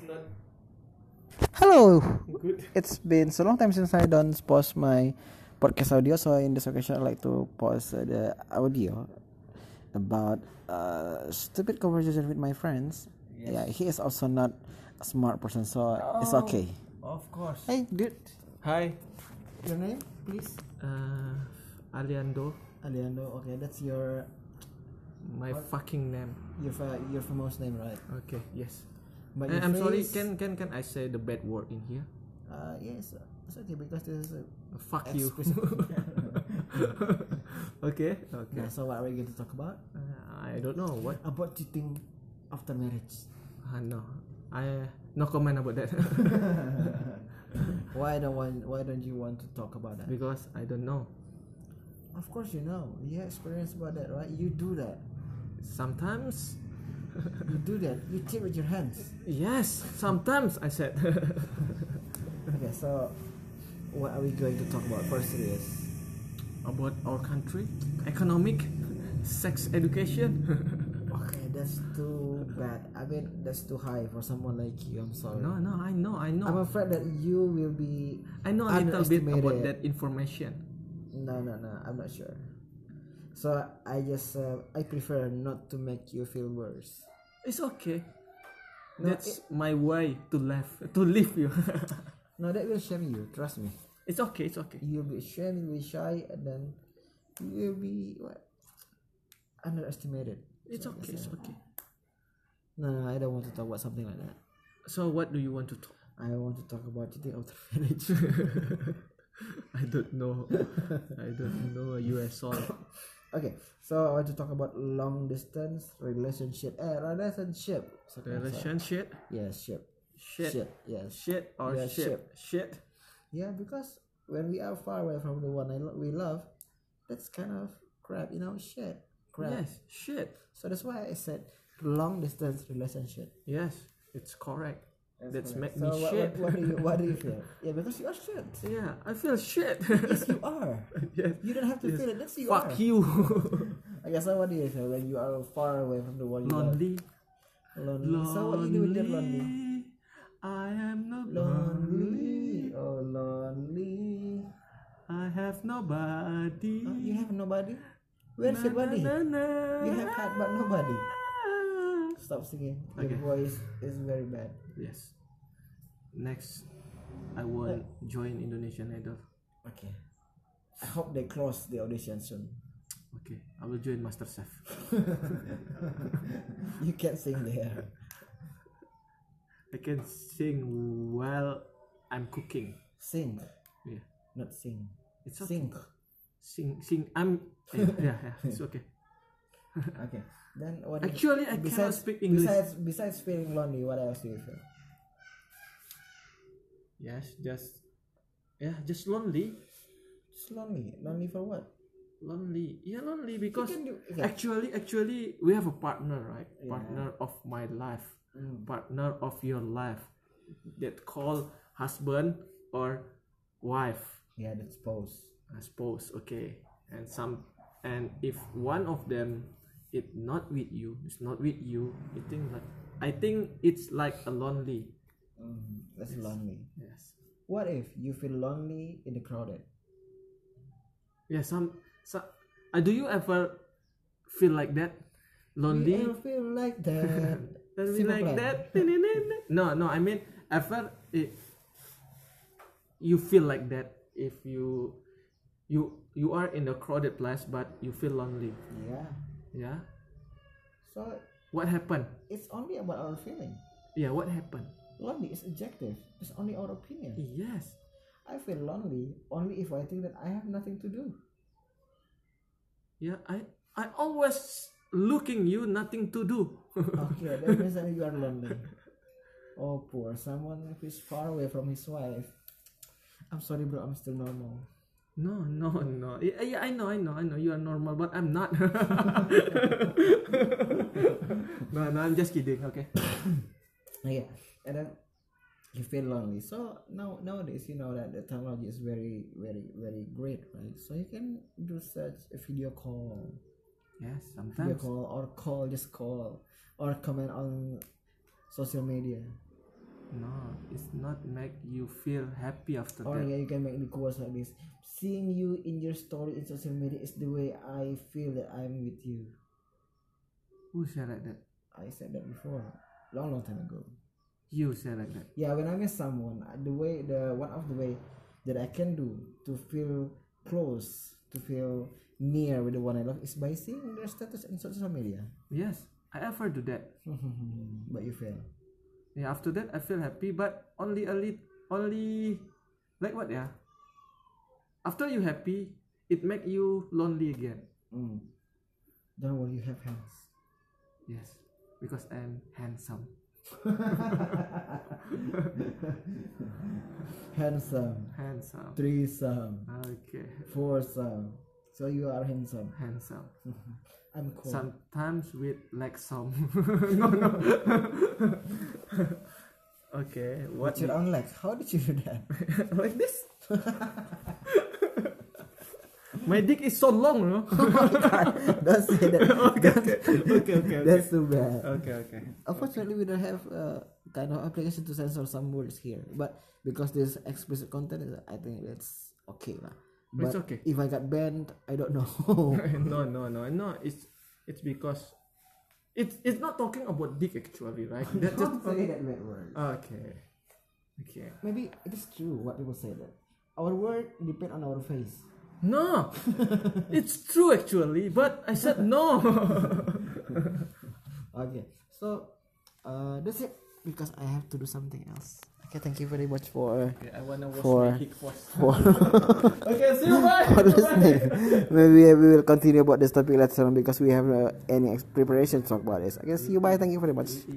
Fred. Hello. Good. It's been so long time since I don't post my podcast audio, so in this occasion I like to post uh, the audio about uh, stupid conversation with my friends. Yeah, he is also not a smart person, so it's okay. Of course. Hey, dude. Hi. Your name, please. Uh, Aliando. Aliando. Okay, that's your My fucking name. your your famous name, right? Okay. Yes. But And I'm sorry. Can can can I say the bad word in here? Uh, Uh, yes, it's okay because this is. Fuck you. okay. Okay. so what are we going to talk about? Uh, I don't know what. About cheating after marriage. Uh, no. I no comment about that Why don't want, Why don't you want to talk about that? because I don't know. Of course, you know. You have experience about that, right? You do that. Sometimes. You do that. You cheat with your hands. Yes. Sometimes I said. Okay, so what are we going to talk about first? Is about our country, economic, sex education. okay, that's too bad. I mean, that's too high for someone like you. I'm sorry. no, no, I know, I know, I'm afraid that you will be. I know a little bit about underestimated. that information. No, no, no. I'm not sure. So I just uh, I prefer not to make you feel worse. It's okay. No, That's my way to live, to live you. No, that will shame you. Trust me. it's okay, it's okay. You'll be ashamed, you'll be shy, and then you'll be what? Underestimated. It's okay, it's okay. No, no, I don't want to talk about something like that. So what do you want to talk? I want to talk about cheating after marriage. I don't know. I don't know US all. okay, so I want to talk about long distance relationship. Eh, relationship. So- Relationship, Yeah, ship. shit, shit, Ship. Yes. shit or Yeah, shit, shit. Yeah, because when we are far away from the one I lo- we love, that's kind of crap, you know, shit, crap. Yes, shit. So that's why I said long distance relationship. Yes, it's correct. That's, make So me what, shit. what, what do you what do you feel? Yeah, because you are shit. Yeah, I feel shit. Yes, you are. yes. You don't have to feel it. That's you Fuck are. you. Okay, so what do you feel when you are far away from the one you lonely. love? Lonely. Lonely. So what do you do when you're lonely? I am not Lonely. Oh, lonely. I have nobody. Oh, you have nobody. Where's your body? Na, na, na. You have had but nobody. Stop singing. Your Okay. voice is very bad. Yes. Next, I will join Indonesian Idol. Okay. I hope they close the audition soon. Okay, I will join Master Chef. You can sing there. I can sing while I'm cooking. Sing, Yeah. not sing. It's okay. Sing. Sing, sing. I'm. Yeah, yeah, yeah it's okay. Okay. Then what? Actually, I cannot speak English. Besides, besides feeling lonely, what else do you feel? Yes, just yeah, just lonely, Just lonely. Lonely for what? lonely. Yeah, lonely because can do- yeah. actually, actually, we have a partner, right? Partner of my life, partner of your life, that call husband or wife, Yeah, that's pose. I suppose. Okay, and some, and if one of them it not with you, it's not with you. I think like I think it's like a lonely. Mm, that's lonely. Yes. What if you feel lonely in the crowded? Yeah. Some. Some. Uh, do you ever feel like that? Lonely. You ever feel like that? Does it Simple like plan. that? No, no. I mean, I felt it, you feel like that if you you you are in a crowded place, but you feel lonely. Yeah. Yeah. So What happened? it's only about our feeling. Yeah. What happened? Lonely is objective. It's only our opinion. Yes. I feel lonely only if I think that I have nothing to do. Yeah. I I always looking you nothing to do. Okay, that means that you are lonely. Oh, poor someone who is far away from his wife. I'm sorry, bro. I'm still normal. no, no, no. Yeah, yeah, I know, I know, I know. You are normal, but I'm not. no, no. I'm just kidding. Okay. Yeah, and then you feel lonely. So now nowadays, you know that the technology is very, very, very great, right? So you can do such a video call, Yes. video Sometimes. call, or call, just call, or comment on social media. is not make you feel happy after Or that. yeah, you can make the quotes like this. Seeing you in your story in social media is the way I feel that I'm with you. Who said like that? I said that before, long long time ago. You said like that. Yeah, when I miss someone, I- the way the one of the way that I can do to feel close, to feel near with the one I love is by seeing their status in social media. Yes, I ever do that. but you fail. Yeah, after that I feel happy, but only a lit, only like what yeah. After you happy, it make you lonely again. Mm. Don't worry, you have hands. Yes, because I'm handsome. handsome, Handsome. threesome, Okay, foursome. So you are handsome. handsome. I'm cool. Sometimes with like some. no no. okay, what What's your own legs? How did you do that? like this? My dick is so long, no? Don't say that. okay, okay, That's too bad. okay, okay. Unfortunately, we don't have a kind of application to censor some words here. But because this explicit content, is, I think that's okay lah. But It's okay. If I got banned, I don't know. no, no, no, no. It's it's because it's it's not talking about dick actually, right? That just Don't say that bad word. okay, okay. Maybe it is true what people say that our word depend on our face. No, it's true actually, but I said no. Okay, so uh, that's it because I have to do something else. Okay, thank you very much for okay, I wanna wash For- my dick first. for Okay, see you bye. for listening. Maybe we will continue about this topic later on because we have uh, any ex- preparation to talk about this. Okay, see you. Bye. Thank you very much.